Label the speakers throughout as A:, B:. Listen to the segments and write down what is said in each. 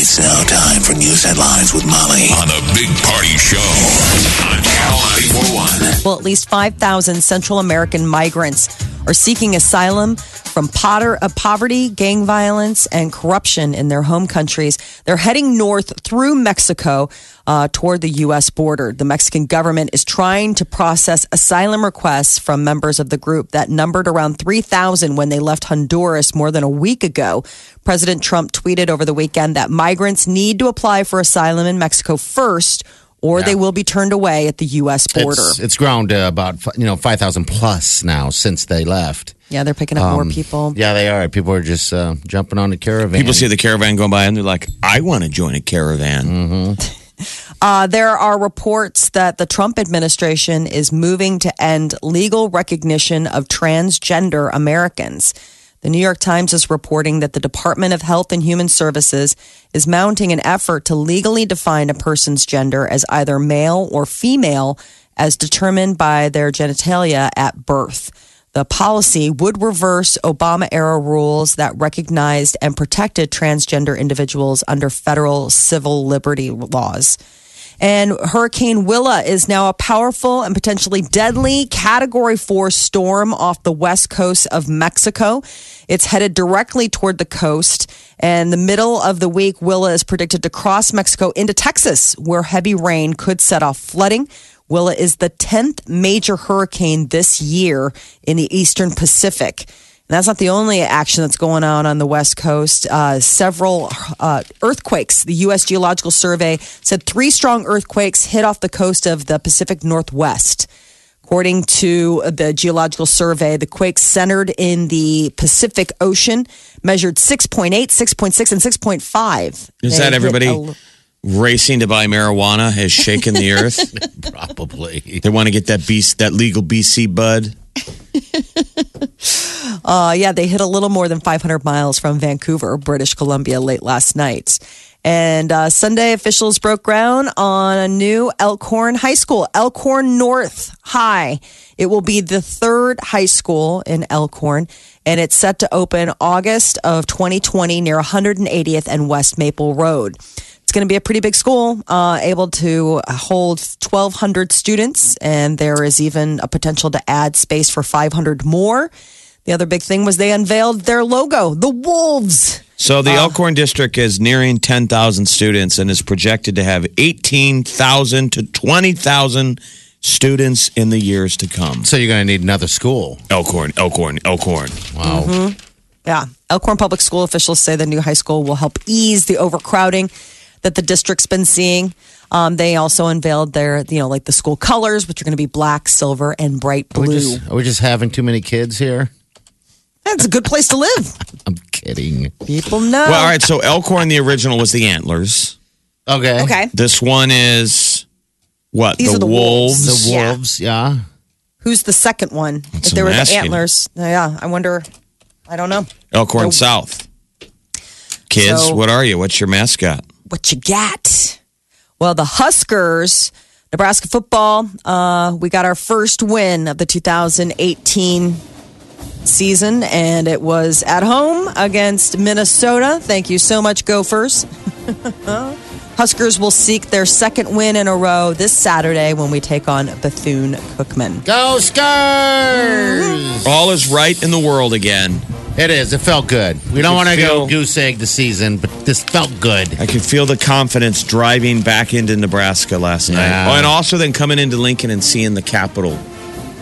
A: It's now time for news headlines with Molly on the Big Party Show on Channel 941.
B: Well, at least 5,000 Central American migrants are seeking asylum from potter, uh, poverty, gang violence, and corruption in their home countries. They're heading north through Mexico uh, toward the U.S. border. The Mexican government is trying to process asylum requests from members of the group that numbered around 3,000 when they left Honduras more than a week ago. President Trump tweeted over the weekend that migrants need to apply for asylum in Mexico first. Or they will be turned away at the U.S. border.
C: It's, it's grown to about you know five thousand plus now since they left.
B: yeah, they're picking up more people.
C: Yeah, they are. People are just uh, jumping on the caravan.
D: People see the caravan going by and they're like, I want to join a caravan.
A: Mm.
B: Uh, there are reports that the Trump administration is moving to end legal recognition of transgender Americans. The New York Times is reporting that the Department of Health and Human Services is mounting an effort to legally define a person's gender as either male or female as determined by their genitalia at birth. The policy would reverse Obama era rules that recognized and protected transgender individuals under federal civil liberty laws. And Hurricane Willa is now a powerful and potentially deadly category four storm off the west coast of Mexico. It's headed directly toward the coast. And the middle of the week, Willa is predicted to cross Mexico into Texas, where heavy rain could set off flooding. Willa is the 10th major hurricane this year in the eastern Pacific. And that's not the only action that's going on on the West Coast. Uh, several uh, earthquakes. The U.S. Geological Survey said three strong earthquakes hit off the coast of the Pacific Northwest. According to the Geological Survey, the quake centered in the Pacific Ocean, measured 6.8, 6.6, and 6.5.
D: Is
B: They
D: that
B: hit
D: everybody
B: a-
D: racing to buy marijuana has shaken the earth?
C: probably.
D: They want to get that beast, that legal BC bud.
B: Uh, yeah, they hit a little more than 500 miles from Vancouver, British Columbia, late last night. And uh, Sunday, officials broke ground on a new Elkhorn High School, Elkhorn North High. It will be the third high school in Elkhorn, and it's set to open August of 2020 near 180th and West Maple Road. It's going to be a pretty big school, uh, able to hold 1,200 students, and there is even a potential to add space for 500 more. The other big thing was they unveiled their logo, the Wolves.
D: So
B: Uh.
D: the Elkhorn District is nearing 10,000 students and is projected to have 18,000 to 20,000 students in the years to come.
C: So you're going to need another school.
D: Elkhorn, Elkhorn, Elkhorn.
C: Wow.
B: Yeah. Elkhorn Public School officials say the new high school will help ease the overcrowding that the district's been seeing. Um, they also unveiled their, you know, like the school colors, which are going to be black, silver, and bright
C: Are we
B: blue.
C: just are we just having too many kids here?
B: That's a good place to live.
C: I'm kidding.
B: People know.
D: Well, all right. So Elkhorn, the original was the antlers.
C: Okay.
B: Okay.
D: This one is what?
B: These are the wolves.
C: The wolves. Yeah.
B: Who's the second one?
D: That's
B: if there were
D: what I'm
B: the
D: asking.
B: antlers. Yeah. I wonder. I don't know.
D: Elkhorn
B: Nope.
D: South. Kids,
B: So-
D: what are you? What's your mascot?
B: what you got? Well, the Huskers, Nebraska football, uh, we got our first win of the 2018 season, and it was at home against Minnesota. Thank you so much, Gophers. Huskers will seek their second win in a row this Saturday when we take on Bethune Cookman.
C: Go Scars!
D: All is right in the world again.
C: It is. It felt good. We don't
D: could
C: want to go
D: feel-
C: goose egg the season, but this felt good.
D: I could feel the confidence driving back into Nebraska last
C: Yeah.
D: night. Oh, and also then coming into Lincoln and seeing the Capitol.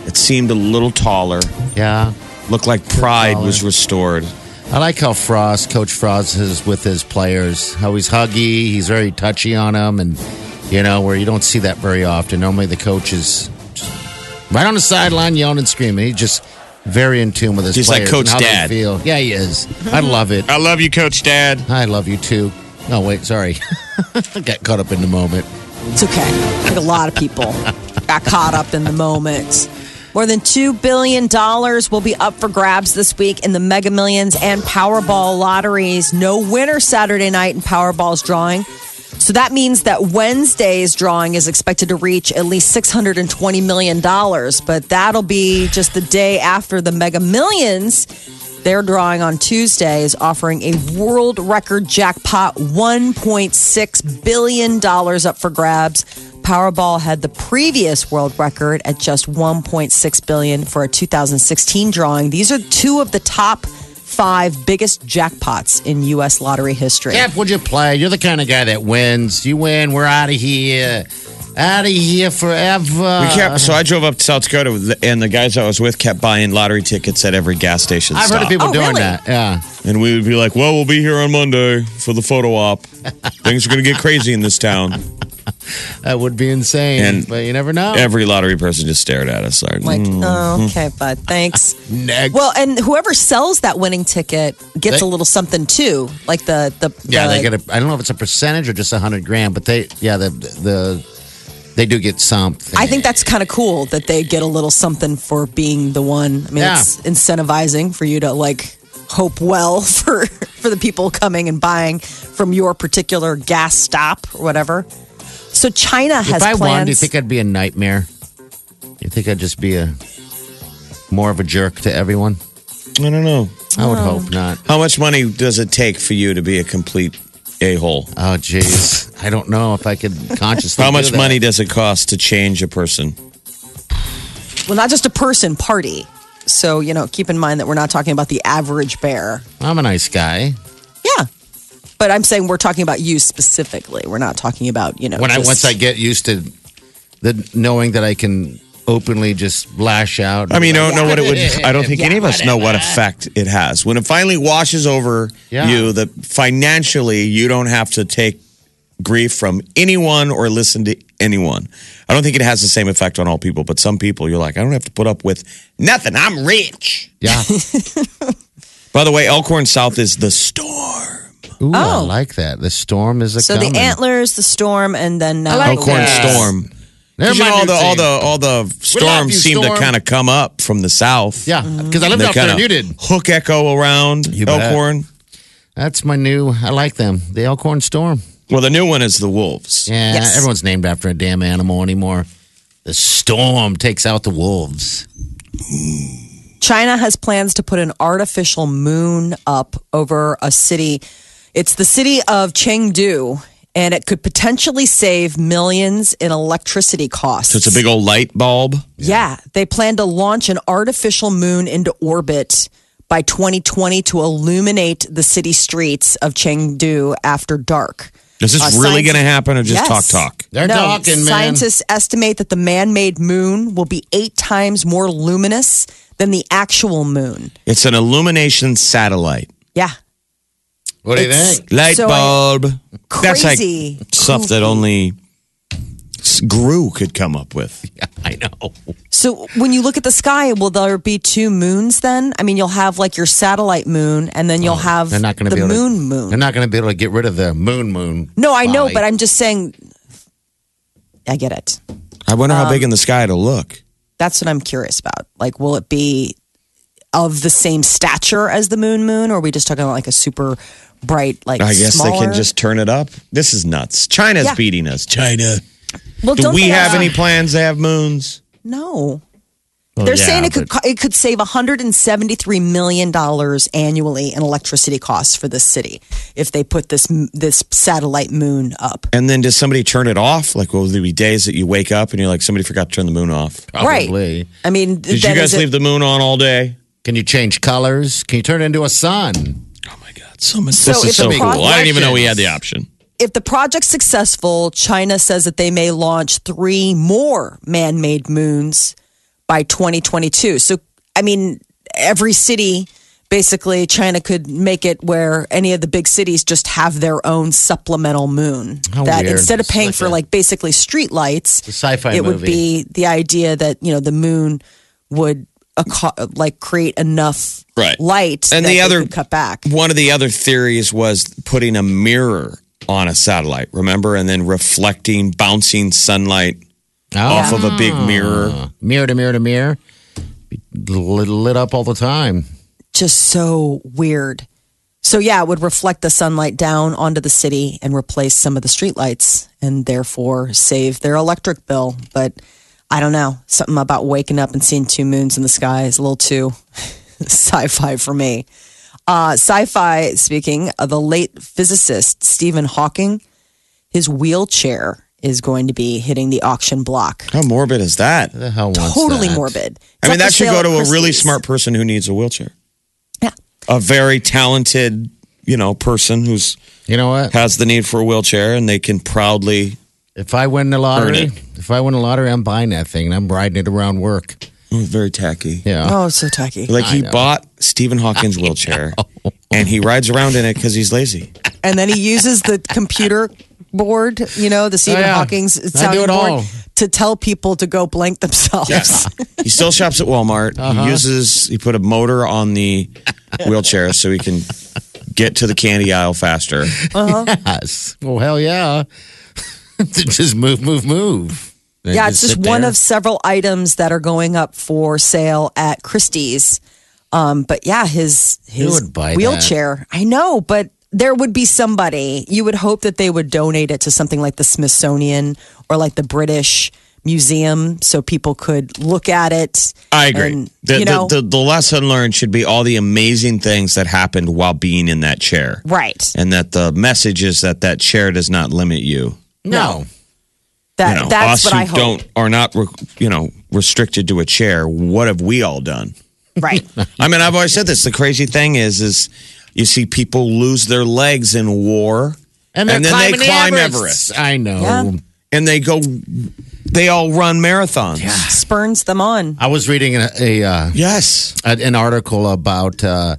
D: It seemed a little taller.
C: Yeah.
D: Looked like pride
C: taller.
D: was restored.
C: I like how Frost, Coach Frost, is with his players. How he's huggy, he's very touchy on them, and you know where you don't see that very often. Normally, the coach is just right on the sideline yelling and screaming. He's just very in tune with his
D: He's like
C: players and
D: Coach
C: how they
D: Dad.
C: feel. Yeah, he is. I love it.
D: I love you, Coach Dad.
C: I love you too. No, wait, sorry. Got caught up in the moment.
B: It's okay. I think a lot of people got caught up in the moment. More than $2 billion will be up for grabs this week in the Mega Millions and Powerball lotteries. No winner Saturday night in Powerball's drawing. So that means that Wednesday's drawing is expected to reach at least $620 million, but that'll be just the day after the Mega Millions. Their drawing on Tuesday is offering a world record jackpot $1.6 billion up for grabs. Powerball had the previous world record at just 1.6 billion for a 2016 drawing. These are two of the top 5 biggest jackpots in US lottery history.
C: Jeff, would you play? You're the kind of guy that wins. You win, we're out of here. Out of here forever.
D: We kept, so I drove up to South Dakota, with the- and the guys I was with kept buying lottery tickets at every gas station.
C: I've heard
D: stop.
C: of people
B: Oh,
C: doing
B: really?
C: that. Yeah.
D: And we would be like, well, we'll be here on Monday for the photo op. Things are going to get crazy in this town.
C: That would be insane.
D: And
C: but you never know.
D: Every lottery person just stared at us like,
B: Like,
D: "Mm."
C: Mm-hmm.
B: oh, okay, bud. Thanks.
C: Next.
B: Well, and whoever sells that winning ticket gets
C: They-
B: a little something too, like the the
C: yeah,
B: the,
C: they get a I don't know if it's a percentage or just a hundred grand, but they yeah, the the they do get something.
B: I think that's kind of cool that they get a little something for being the one. I mean,
C: Yeah.
B: it's incentivizing for you to like hope well for for the people coming and buying from your particular gas stop or whatever. So China has
C: if I
B: plans.
C: won, do you think I'd be a nightmare? Do you think I'd just be a more of a jerk to everyone?
D: "Mm, I don't know.
C: I would hope not.
D: How much money does it take for you to be a complete a hole?
C: Oh jeez. I don't know if I could consciously
D: How
C: do
D: much
C: that.
D: money does it cost to change a person?
B: well, not just a person party. So you know, keep in mind that we're not talking about the average bear.
C: I'm a nice guy.
B: Yeah. But I'm saying we're talking about you specifically. We're not talking about, you know.
C: when I
B: just-
C: once I get used to the knowing that I can openly just lash out.
D: I mean, I don't know what it would. I don't think
C: Yeah,
D: any of us know what effect it has when it finally washes over
C: Yeah.
D: you. That financially, you don't have to take grief from anyone or listen to anyone. I don't think it has the same effect on all people, but some people, you're like, I don't have to put up with nothing. I'm rich.
C: Yeah.
D: By the way, Elkhorn South is the storm.
C: Ooh, I
B: Oh.
C: like that. The storm is a
B: so
C: coming.
B: the antlers, the storm, and then uh,
D: Elkhorn Storm.
C: They're
D: 'Cause you
C: my
D: know, all
C: new
D: the all
C: team.
D: the all the
C: love
D: storms
C: you,
D: seem
C: Storm.
D: to kind of come up from the south.
C: Yeah,
B: Mm.
C: because I lived
D: They
C: out there
D: kinda
C: and you did.
D: hook echo around
C: You bet.
D: Elkhorn.
C: That's my new. I like them. The Elkhorn Storm.
D: Well, the new one is the wolves.
C: Yeah,
B: Yes.
C: everyone's named after a damn animal anymore. The storm takes out the wolves.
B: China has plans to put an artificial moon up over a city. It's the city of Chengdu, and it could potentially save millions in electricity costs.
D: So it's a big old light bulb.
B: Yeah, they plan to launch an artificial moon into orbit by 2020 to illuminate the city streets of Chengdu after dark.
D: Is this
B: Uh,
D: really
B: science-
D: going to happen or just talk
B: Yes.
D: talk?
C: They're
B: no,
C: talking, man.
B: Scientists estimate that the man made moon will be eight times more luminous than the actual moon.
D: It's an illumination satellite.
B: Yeah.
C: What do you
B: It's-
C: think?
D: Light
B: So I-
D: bulb. That's like
B: Crazy.
D: stuff that only s- Gru could come up with.
C: I know.
B: So when you look at the sky, will there be two moons then? I mean, you'll have like your satellite moon, and then you'll
D: Oh,
B: have
C: They're not going to
B: the
C: be able
B: moon
C: to,
B: moon.
C: They're not going to be able to get rid of the moon moon.
B: No, I know,
C: Bye.
B: but I'm just saying. I get it.
D: I wonder how big in the sky it'll look.
B: That's what I'm curious about. Like, will it be of the same stature as the moon moon, or are we just talking about like a super bright, like
D: I guess they
B: smaller-
D: can just turn it up. This is nuts. China's
B: Yeah.
D: beating us. China.
B: Well,
D: Do
B: don't
D: we
B: they
D: have
B: ask-
D: any plans to have moons?
B: No.
C: Well,
B: They're
C: yeah,
B: saying it could
C: but-
B: co- it could save 173 million dollars annually in electricity costs for this city if they put this m- this satellite moon up.
D: And then does somebody turn it off? Like, will there be days that you wake up and you're like, somebody forgot to turn the moon off?
C: Probably.
B: Right. I mean,
D: Did you guys leave the moon on all day?
C: Can you change colors? Can you turn it into a sun?
D: Oh my God, so much.
B: So
D: this is
B: it's a
D: so cool.
B: project.
D: I didn't even know we had the option.
B: if the project's successful, China says that they may launch three more man made moons by 2022. So, I mean, every city, basically, China could make it where any of the big cities just have their own supplemental moon.
C: How
B: that
C: weird.
B: instead of
C: It's
B: paying
C: like
B: for
C: a-
B: like basically street lights,
C: It's a sci-fi
B: it would
C: movie.
B: be the idea that, you know, the moon would. acco- Like create enough
D: Right.
B: light
D: And
B: that
D: the
B: they
D: other-
B: could cut back.
D: One of the other theories was putting a mirror on a satellite, remember? And then reflecting, bouncing sunlight off of a big mirror.
C: Ah. mirror to mirror to mirror, lit, lit up all the time.
B: Just so weird. So yeah, it would reflect the sunlight down onto the city and replace some of the streetlights and therefore save their electric bill. But I don't know. Something about waking up and seeing two moons in the sky is a little too sci-fi for me. Uh, sci-fi speaking, uh, the late physicist Stephen Hawking, his wheelchair is going to be hitting the auction block.
D: How morbid is that?
C: The hell wants
B: Totally
C: that?
B: morbid.
D: I mean, that should go to a really
B: Christie's.
D: smart person who needs a wheelchair.
B: Yeah.
D: A very talented, you know, person who's
C: You know what?
D: has the need for a wheelchair and they can proudly.
C: If I win the lottery,
D: Earn
C: if I win the lottery, I'm buying that thing and I'm riding it around work.
D: Oh, very tacky.
C: Yeah.
B: Oh, so tacky.
D: Like he
C: know.
D: bought Stephen Hawking's wheelchair and he rides around in it because he's lazy.
B: and then he uses the computer board, you know, the Stephen
C: Oh, yeah.
B: Hawking's
C: I do
B: sounding
C: it
B: board
C: all.
B: to tell people to go blank themselves.
D: He still shops at Walmart. He uses, he put a motor on the wheelchair so he can get to the candy aisle faster.
C: Yes. Well, hell yeah. just move, move, move. They
B: yeah, it's just
C: sit
B: one
C: there.
B: of several items that are going up for sale at Christie's. Um, but yeah, his his
C: would buy that?
B: wheelchair. I know, but there would be somebody. You would hope that they would donate it to something like the Smithsonian or like the British Museum, so people could look at it.
D: I agree.
B: And,
D: the,
B: you know,
D: the, the, the lesson learned should be all the amazing things that happened while being in that chair.
B: right?
D: And that the message is that that chair does not limit you.
C: no.
B: That
D: you know,
B: that's
D: us
B: what
D: who
B: I hope.
D: don't are not re- you know restricted to a chair. What have we all done?
B: Right.
D: I mean, I've always said this. The crazy thing is, is you see people lose their legs in war,
C: they're
D: then they
C: climbing the
D: climb
C: Everest.
D: Everest.
C: I know.
B: Yeah.
D: and they go, they all run marathons.
B: spurns them on.
C: I was reading a, a uh,
D: Yes,
C: an an article about uh,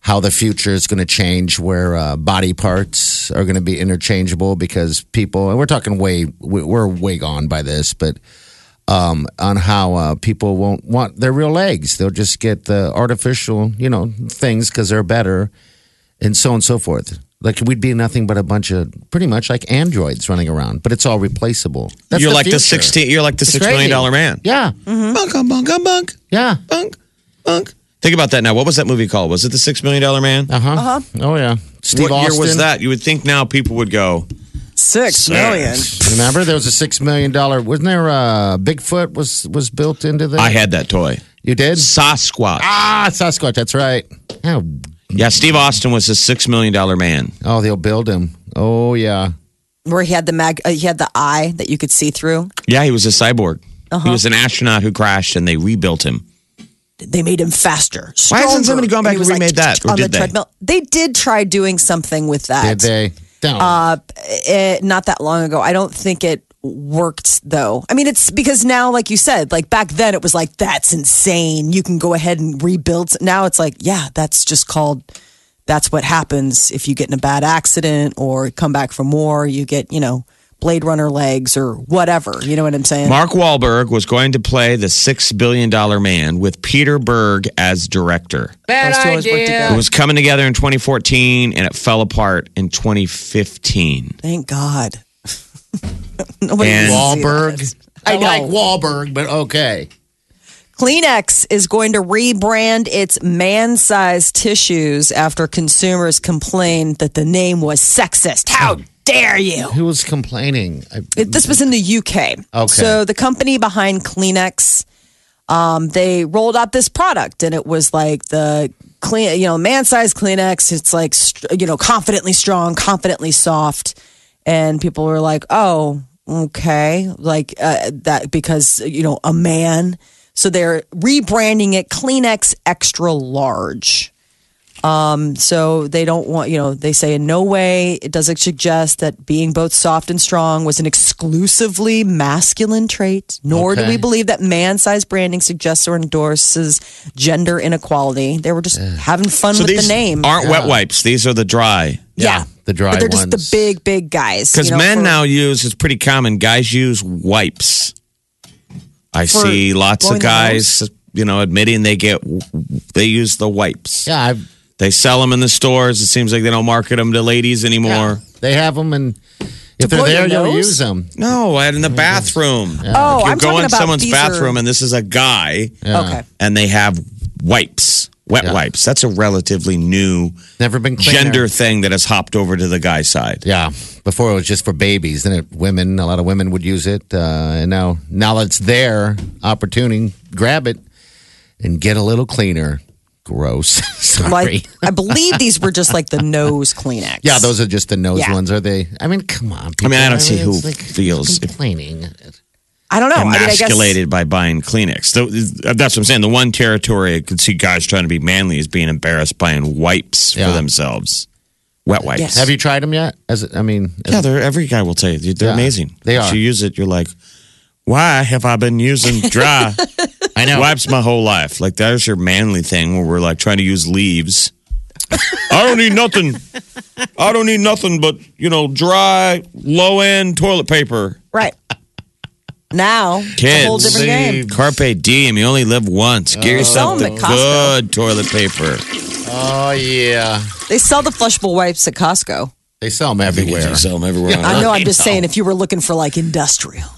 C: how the future is going to change, where uh, body parts are going to be interchangeable because people, and we're talking way, we- we're way gone by this, but um, on how uh, people won't want their real legs; they'll just get the artificial, you know, things because they're better, and so on and so forth. Like we'd be nothing but a bunch of pretty much like androids running around, but it's all replaceable. That's
D: you're like the
C: future.
D: sixteen. You're like the
C: It's
D: six million
C: crazy.
D: dollar man.
C: Yeah,
D: Bunk, bunk, bunk, bunk,
C: yeah.
D: bunk, bunk. Think about that now. What was that movie called? Was it the Six Million Dollar Man?
C: Uh huh. Oh yeah. Steve
D: what
C: Austin.
D: year was that? You would think now people would go.
B: Six million.
C: Remember, there was a six million dollar. Wasn't there? Uh, Bigfoot was was built into the.
D: I had that toy,
C: you did.
D: Sasquatch.
C: Ah, Sasquatch. That's right. Oh,
D: Yeah, Steve Austin was a six million dollar man.
C: oh, they'll build him. Oh yeah.
B: Where he had the mag, uh, he had the eye that you could see through.
D: Yeah, he was a cyborg. He
C: Uh-huh.
D: was an astronaut who crashed, and they rebuilt him.
B: They made him faster.
D: Why hasn't
B: stronger.
D: somebody gone back and
B: he was, like,
D: remade that, or
B: on the
D: did they?
B: treadmill? They did try doing something with
C: Did
B: that
C: they? Don't.
B: it, not that long ago. I don't think it worked though. I mean, it's because now, like you said, like back then it was like that's insane. You can go ahead and rebuild. Now it's like, yeah, that's just called. That's what happens if you get in a bad accident or come back from war. You get, you know, Blade Runner legs or whatever. You know what I'm saying?
D: Mark Wahlberg was going to play the six billion dollar man with Peter Berg as director.
B: Those two always work together.
D: It was coming together in 2014, and it fell apart in 2015.
B: Thank God. Nobody
D: And-
B: wants to see
C: Wahlberg.
B: this. I know.
C: like Wahlberg, but okay.
B: Kleenex is going to rebrand its man sized tissues after consumers complained that the name was sexist. How dare you!
C: Who was complaining? I,
B: It- this was in the UK.
C: Okay.
B: So the company behind Kleenex, um, they rolled out this product, and it was like the clean, you know, man-sized Kleenex. It's like str- you know, confidently strong, confidently soft, and people were like, "Oh, okay," like uh, that because you know, a man. So they're rebranding it Kleenex Extra Large. So they don't want, you know, they say in no way it does it suggest that being both soft and strong was an exclusively masculine trait, nor do
C: Okay.
B: we believe that man sized branding suggests or endorses gender inequality. They were just having fun with
D: these
B: the name.
D: aren't wet wipes; these are the dry.
B: yeah.
C: the dry
B: But they're just
C: ones.
B: the big, big guys.
D: Because
B: you know,
D: men
B: for-
D: now use it's pretty common. Guys use wipes. I
B: For
D: see lots of
B: blowing their nose?
D: guys, you know, admitting they get they use the wipes.
C: Yeah, I've,
D: They sell them in the stores. It seems like they don't market them to ladies anymore.
C: They have them, and if they're
B: blow
C: there,
B: your
C: you'll
B: nose?
C: use them.
D: No, and in the bathroom.
B: Oh,
D: If you
B: I'm
D: go
B: talking
D: in
B: about
D: someone's
B: these
D: bathroom,
B: are-
D: and this is a guy,
B: Okay.
D: and they have wipes, wet
C: Yeah.
D: wipes. That's a relatively new
C: Never been cleaner.
D: gender thing that has hopped over to the guy side.
C: Yeah, before it was just for babies. Then it, women, a lot of women would use it, uh, and now now that it's there, opportunity, grab it and get a little cleaner. Gross. Sorry.
B: Like I believe these were just like the nose Kleenex.
C: yeah, those are just the nose
B: Yeah.
C: ones. Are they? I mean, come on.
D: I mean, I don't see who
C: it's
D: feels-
C: complaining.
B: I don't know. Oh, I mean, I guess
D: Emasculated by buying Kleenex. So, uh, That's what I'm saying. The one territory I could see guys trying to be manly is being embarrassed buying wipes
C: Yeah.
D: for themselves, wet wipes.
B: Yes.
C: Have you tried them yet? As I mean,
D: Yeah, they're every guy will tell you they're
C: Yeah,
D: amazing.
C: they
D: Once
C: are.
D: you use it, you're like, why have I been using dry
C: I know.
D: wipes my whole life? Like there's your manly thing where we're like trying to use leaves. I don't need nothing. I don't need nothing but you know dry low end toilet paper.
B: right now it's
D: Kids,
B: a whole different game.
D: Carpe diem. You only live once. Get yourself
B: Sell
D: the
B: 'em at Costco.
D: good toilet paper.
C: Oh yeah,
B: They sell the flushable wipes at Costco.
C: they sell them everywhere.
D: sell them everywhere.
B: I know. I'm just saying, if you were looking for like industrial,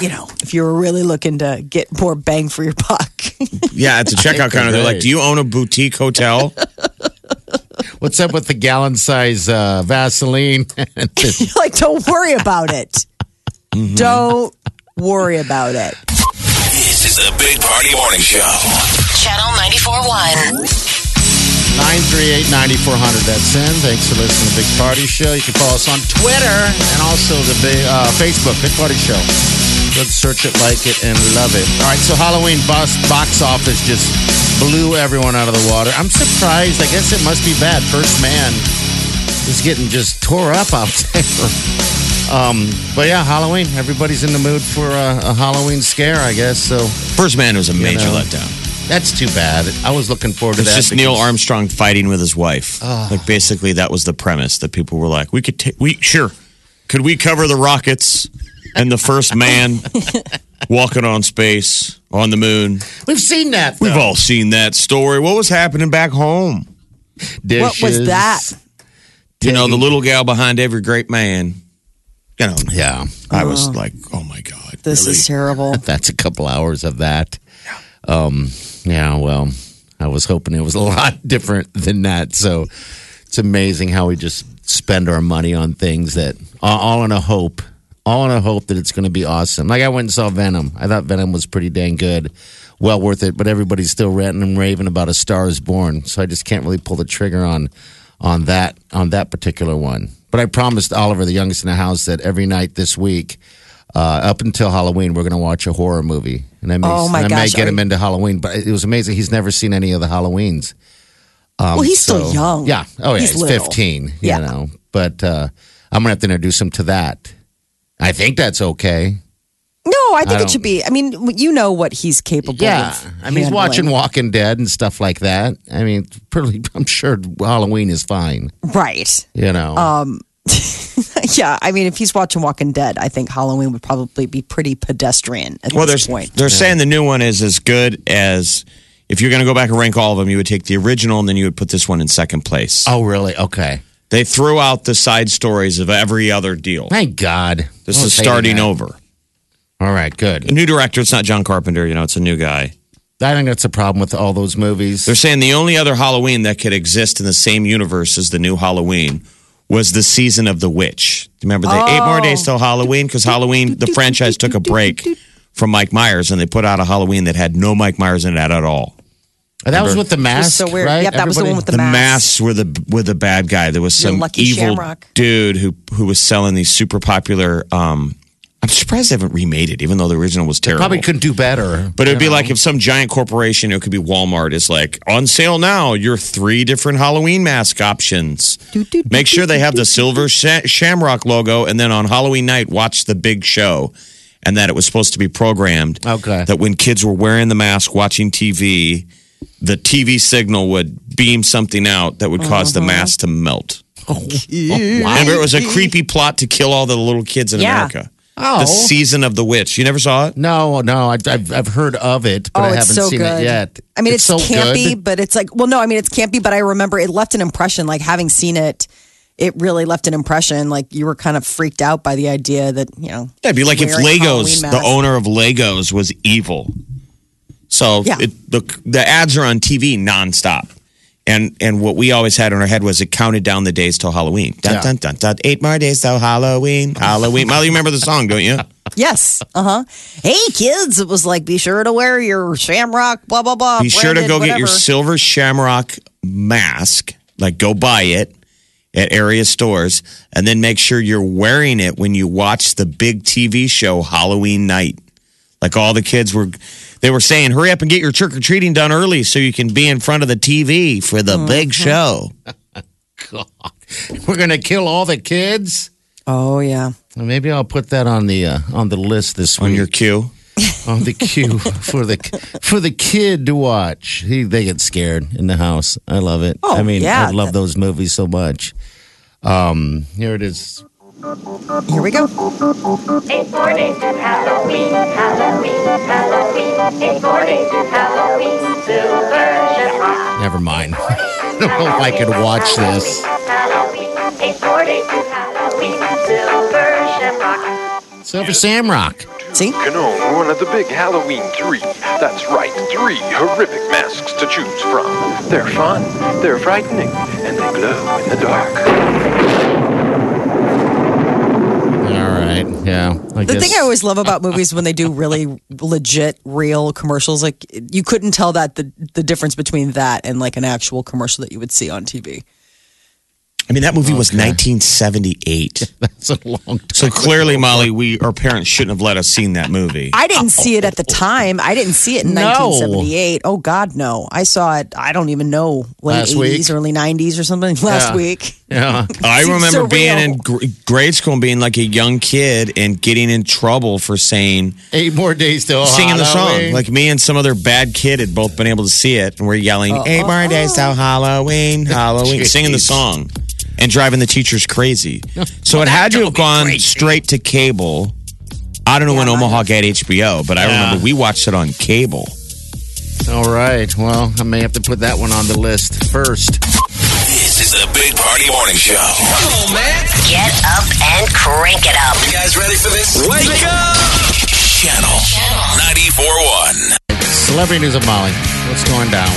B: you know, if you were really looking to get more bang for your buck,
D: Yeah, at the
C: think
D: checkout counter, they're
C: they're
D: like, "Do
C: great.
D: you own a boutique hotel?"
C: What's up with the gallon size uh, Vaseline?
B: like don't worry about it. Don't worry about it.
A: This is the Big Party Morning Show.
E: Channel 94.1.
C: Nine three eight ninety four hundred. That's in. Thanks for listening to the Big Party Show. You can follow us on Twitter and also the big, uh, Facebook, Big Party Show. Let's search it, like it, and love it. All right, so Halloween box, box office just blew everyone out of the water. I'm surprised. I guess it must be bad. First Man is getting just tore up out there. Um, but yeah, Halloween. Everybody's in the mood for a, a Halloween scare, I guess. So
D: First man was a major
C: know.
D: letdown.
C: that's too bad. I was looking forward to
D: It's
C: that.
D: just Neil Armstrong fighting with his wife. like basically, that was the premise that people were like, "We could take, we sure, could we cover the rockets and the first man walking on space on the moon?
C: We've seen that.
D: We've
C: though.
D: all seen that story. What was happening back home?
B: What was
C: Dishes.
B: that?
D: You know, the little gal behind every great man. You know,
C: Yeah, Uh,
D: I was like, oh my god,
B: This
D: really?
B: is terrible.
C: that's a couple hours of that. Um, yeah, well, I was hoping it was a lot different than that. So it's amazing how we just spend our money on things that all- all in a hope, all in a hope that it's going to be awesome. Like I went and saw Venom. I thought Venom was pretty dang good, well worth it. But everybody's still ranting and raving about A Star Is Born, so I just can't really pull the trigger on on that on that particular one. But I promised Oliver, the youngest in the house, that every night this week uh, up until Halloween, we're going to watch a horror movie, and I may,
B: Oh, my
C: and I may
B: gosh,
C: get
B: are
C: him
B: you-
C: into Halloween. But it was amazing; he's never seen any of the Halloweens. Um,
B: well, he's still
C: So-
B: young.
C: Yeah. Oh yeah. He's,
B: little.
C: fifteen. You
B: Yeah.
C: know, but uh, I'm gonna have to introduce him to that. I think that's okay.
B: No, I think
C: I
B: it should
C: don't-
B: be. I mean, you know what he's capable
C: Yeah.
B: of.
C: I mean, he's watching
B: handling.
C: Walking Dead and stuff like that. I mean, pretty. I'm sure Halloween is fine.
B: Right.
C: You know.
B: Um, Yeah. I mean, if he's watching Walking Dead, I think Halloween would probably be pretty pedestrian at
D: Well, they're,
B: this point.
D: they're saying the new one is as good as if you're going to go back and rank all of them, you would take the original and then you would put this one in second place.
C: oh, really? Okay.
D: They threw out the side stories of every other deal.
C: Thank God.
D: This
C: I
D: is
C: was hating
D: starting
C: that.
D: over.
C: All right.
D: A
C: Good.
D: new director. It's not John Carpenter. You know, it's a new guy.
C: I think that's a problem with all those movies.
D: They're saying the only other Halloween that could exist in the same universe as the new Halloween was the season of the witch. Remember, they eight more
C: Oh.
D: days till Halloween because Halloween, the franchise took a break from Mike Myers and they put out a Halloween that had no Mike Myers in it at all.
C: that was with the
B: It's
C: mask,
B: so weird.
C: right?
B: Yep, that was the
C: Everybody-
B: one with the,
D: The
B: mask.
D: masks were the were the bad guy. There was
B: Your
D: some
B: Lucky
D: evil
B: Shamrock.
D: dude who who was selling these super popular. Um, I'm surprised they haven't remade it, even though the original was terrible.
C: Probably couldn't do better.
D: But it'd be like if some giant corporation, it could be Walmart, is like on sale now. Your three different Halloween mask options. Make sure they have the silver sha- shamrock logo, and then on Halloween night, watch the big show. And that it was supposed to be programmed.
C: Okay.
D: That when kids were wearing the mask, watching TV, the TV signal would beam something out that would cause
C: Uh-huh.
D: the mask to melt.
C: Wow.
D: Remember, it was a creepy plot to kill all the little kids in
B: Yeah.
D: America.
C: Oh.
D: The Season of the Witch. You never saw it?
C: No, no, I, I've I've heard of it, but
B: oh,
C: I haven't
B: it's so
C: seen
B: good.
C: it yet.
B: I mean, it's,
C: so
B: campy,
C: good.
B: but it's like, well, no, I mean, it's campy, but I remember it left an impression. Like having seen it, it really left an impression. Like you were kind of freaked out by the idea that you know.
D: Yeah, it'd be like if
B: wearing
D: Legos,
B: Halloween
D: the
B: masks.
D: owner of Legos, was evil. So
B: Yeah.
D: it, the the ads are on TV nonstop, and and what we always had in our head was it counted down the days till Halloween. Dun,
C: Yeah.
D: dun, dun, dun, eight more days till Halloween. Halloween. Molly, you remember the song, don't you?
B: Yes. Uh huh. Hey, kids. It was like, be sure to wear your shamrock, blah, blah, blah.
D: Be sure to
B: branded,
D: go get your
B: whatever.
D: silver shamrock mask. Like, go buy it at area stores, and then make sure you're wearing it when you watch the big TV show Halloween night. Like all the kids were, they were saying, "Hurry up and get your trick or treating done early so you can be in front of the TV for the big show."
C: God. We're gonna kill all the kids.
B: Oh, yeah.
C: Well, Maybe I'll put that on the uh, on the list this
D: On
C: week.
D: your cue,
C: on the queue for the for the kid to watch. He, they get scared in the house. I love it.
B: Oh,
C: I mean,
B: yeah.
C: I love those movies so much. Um, here it is.
B: Here we go.
F: Eight more days to Halloween, Halloween, Halloween. Eight more days to Halloween, Silver Shamrock.
C: Never mind. I don't know if I could watch this.
F: Halloween, eight more days to Halloween, Silver Shamrock.
C: Silver Samrock.
B: See?
G: Canon, one of the big Halloween three. That's right, three horrific masks to choose from. They're fun, they're frightening, and they glow in the dark.
C: All right. Yeah. I
B: The
C: guess.
B: thing I always love about movies when they do really legit, real commercials, like you couldn't tell that the, the difference between that and like an actual commercial that you would see on TV.
D: I mean that movie was 1978.
C: that's a long time.
D: So clearly, Molly, we our parents shouldn't have let us seen that movie.
B: I didn't see it at the time. I didn't see it in
C: Oh. No.
B: 1978. Oh God, no! I saw it. I don't even know late
C: Last
B: 80s,
C: week?
B: early 90s, or something. Last
C: Yeah.
B: week,
C: Yeah.
D: I
B: Seems
D: remember
B: surreal.
D: being in gr- grade school and being like a young kid and getting in trouble for saying
C: Eight more days till
D: singing the song.
C: Halloween.
D: Like me and some other bad kid had both been able to see it, and we're yelling eight more days till Halloween, Halloween,
C: Jeez.
D: singing the song and driving the teachers crazy. So it had to have gone straight to cable. I don't know when Omaha got HBO, but I
C: Yeah.
D: remember we watched it on cable.
C: All right. Well, I may have to put that one on the list first.
A: This is the Big Party Morning Show.
H: Come on, man.
E: Get up and crank it up.
H: You guys ready for this? Wake, up!
A: Channel 94.1.
C: Celebrity news of Molly. What's going down?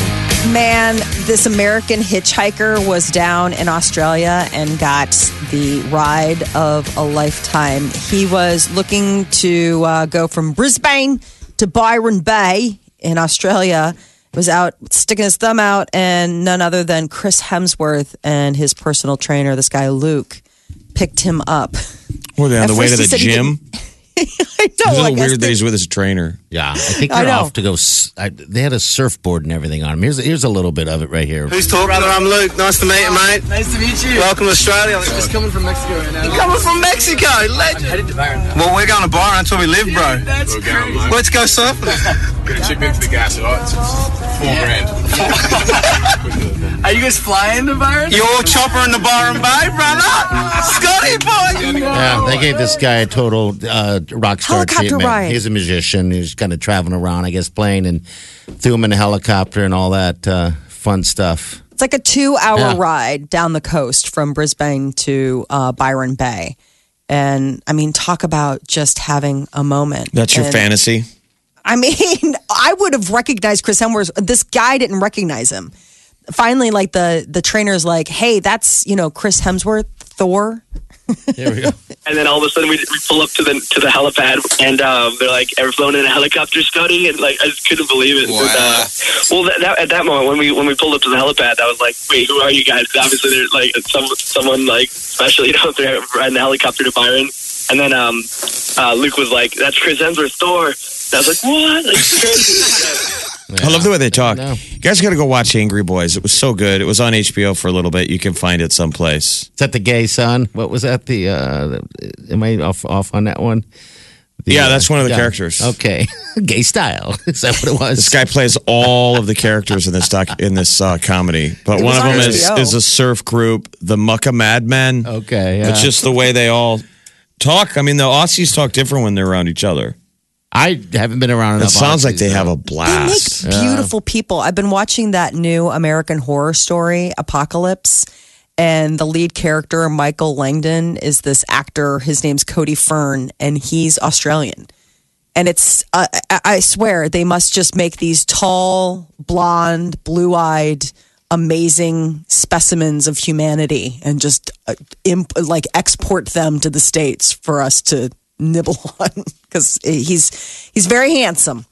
B: man, this American hitchhiker was down in Australia and got the ride of a lifetime. He was looking to uh, go from Brisbane to Byron Bay in Australia. Was out sticking his thumb out, and none other than Chris Hemsworth and his personal trainer, this guy Luke, picked him up.
D: Were they on
B: At
D: the way
B: first
D: to
B: he
D: the
B: said he
D: gym?
B: I know.
D: It's a
B: I
D: little
B: guess
D: weird that
B: they-
D: he's with his trainer.
C: Yeah, I think
B: I
C: they're
B: know.
C: off to go. s I they had a surfboard and everything on them. Here's here's a little bit of it right here.
I: Who's talking? Brother, I'm Luke. Nice to meet you, mate. Nice to meet you. Welcome to Australia. just coming from Mexico right now. You're coming from Mexico, legend. headed to Byron. Well, we're going to Byron. That's where we live, bro. That's we Let's go surfing. Gonna chip in for the gas, alright? Four grand. Are you guys flying to Byron? You're chopper in the Byron Bay, brother. Scotty boy.
C: Yeah, they gave this guy a total uh, rock star
B: Helicopter
C: treatment.
B: ride.
C: He's a musician who's kind of traveling around, I guess, playing and threw him in a helicopter and all that uh, fun stuff.
B: It's like a two hour
C: Yeah.
B: ride down the coast from Brisbane to uh, Byron Bay. And I mean, talk about just having a moment.
D: That's your
B: And,
D: fantasy.
B: I mean, I would have recognized Chris Hemsworth. This guy didn't recognize him. Finally, like the the trainer's like, "Hey, that's you know Chris Hemsworth, Thor."
C: Here we go.
I: And then all of a sudden we, we pull up to the to the helipad and um, they're like, "Ever flown in a helicopter, Scotty?" And like I just couldn't believe it. And, uh, well, that, that, at that moment when we when we pulled up to the helipad, I was like, "Wait, who are you guys?" Obviously, they're like some someone like special, you know, they're riding the helicopter to Byron. And then um, uh, Luke was like, "That's Chris Hemsworth, Thor." And I was like, "What?" Like, crazy.
D: I love the way they talk.
C: I know.
D: You guys got to go watch Angry Boys. It was so good. It was on HBO for a little bit. You can find it someplace.
C: Is that the gay son? What was that? The uh, am I off off on that one? The,
D: Yeah,
C: uh,
D: that's one of the characters.
C: Okay, gay style. Is that what it was?
D: This guy plays all of the characters in this doc in this uh, comedy, but
B: It
D: one
B: was
D: of
B: on
D: them is,
B: HBO.
D: is a surf group, the Mucka Madmen.
C: Okay, Oh, yeah.
D: It's just the way they all talk. I mean, the Aussies talk different when they're around each other.
C: I haven't been
D: It
C: around enough
D: sounds like
C: Aussies,
D: they
C: though.
D: have a
B: They make
D: blast.
B: beautiful people. I've been watching that new American horror story, Apocalypse, and the lead character, Michael Langdon, is this actor. His name's Cody Fern, and he's Australian. And it's, uh, I I swear, they must just make these tall, blonde, blue eyed, amazing specimens of humanity and just uh, imp- like export them to the States for us to nibble on because he's, he's very handsome.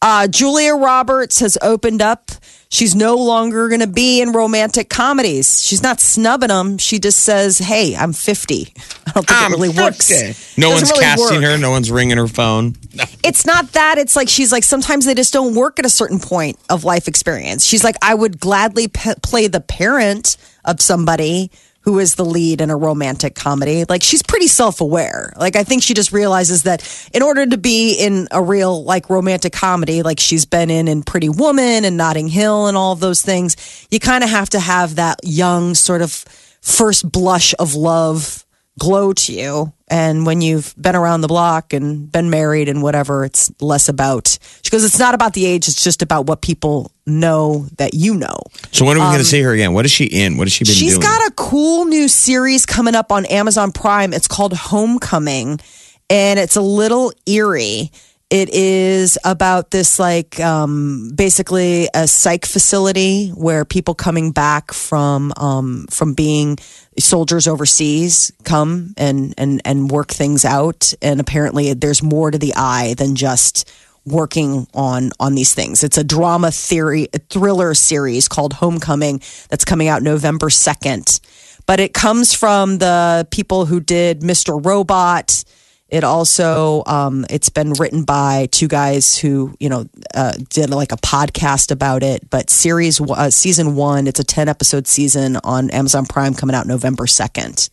B: Uh, Julia Roberts has opened up. She's no longer going to be in romantic comedies. She's not snubbing them. She just says, "Hey, I'm 50." I don't think it really works.
D: No
B: Doesn't
D: one's
B: really
D: casting
B: work.
D: her. No one's ringing her phone.
B: It's not that. It's like she's like sometimes they just don't work at a certain point of life experience. She's like, "I would gladly p- play the parent of somebody." Who is the lead in a romantic comedy? Like she's pretty self-aware. Like I think she just realizes that in order to be in a real like romantic comedy, like she's been in in Pretty Woman and Notting Hill and all of those things, you kind of have to have that young sort of first blush of love glow to you. And when you've been around the block and been married and whatever, it's less about. She goes, it's not about the age, it's just about what people know that you know.
D: So when are we going to see her again? What is she in? What has she been
B: Um, She's
D: doing?
B: got a cool new series coming up on Amazon Prime. It's called Homecoming, and it's a little eerie. It is about this, like, um, basically a psych facility where people coming back from um, from being soldiers overseas come and and and work things out. And apparently, there's more to the eye than just working on on these things. It's a drama theory a thriller series called Homecoming that's coming out November 2nd. But it comes from the people who did Mr. Robot. It also um, it's been written by two guys who you know uh, did like a podcast about it. But series uh, season one, it's a ten episode season on Amazon Prime coming out November second.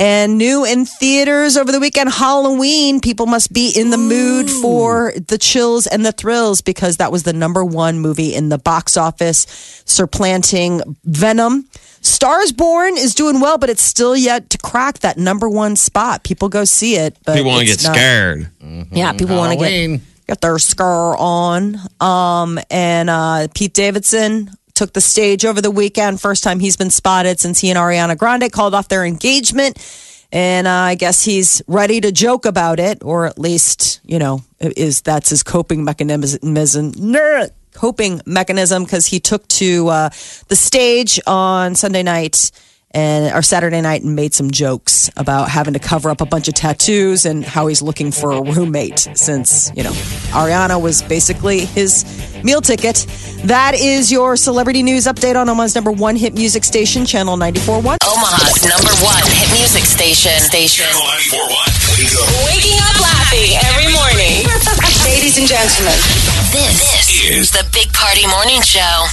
B: And new in theaters over the weekend, Halloween. People must be in the mood for the chills and the thrills because that was the number one movie in the box office, supplanting Venom. Stars Born is doing well, but it's still yet to crack that number one spot. People go see it, but
D: People want to
B: it's
D: get
B: not-
D: scared.
B: Yeah, people want to get
C: Halloween.
B: get their scar on. Um, and uh, Pete Davidson took the stage over the weekend. First time he's been spotted since he and Ariana Grande called off their engagement. And uh, I guess he's ready to joke about it, or at least you know is that's his coping mechanism. Nerd coping mechanism because he took to uh, the stage on Sunday night and or Saturday night and made some jokes about having to cover up a bunch of tattoos and how he's looking for a roommate since, you know, Ariana was basically his meal ticket. That is your celebrity news update on Omaha's number 1 hit music station channel 941.
E: Omaha's number one hit music station. Station.
A: Channel 941. Wake up.
J: Waking up laughing every morning. Ladies and gentlemen,
E: This, is the Big Party Morning Show.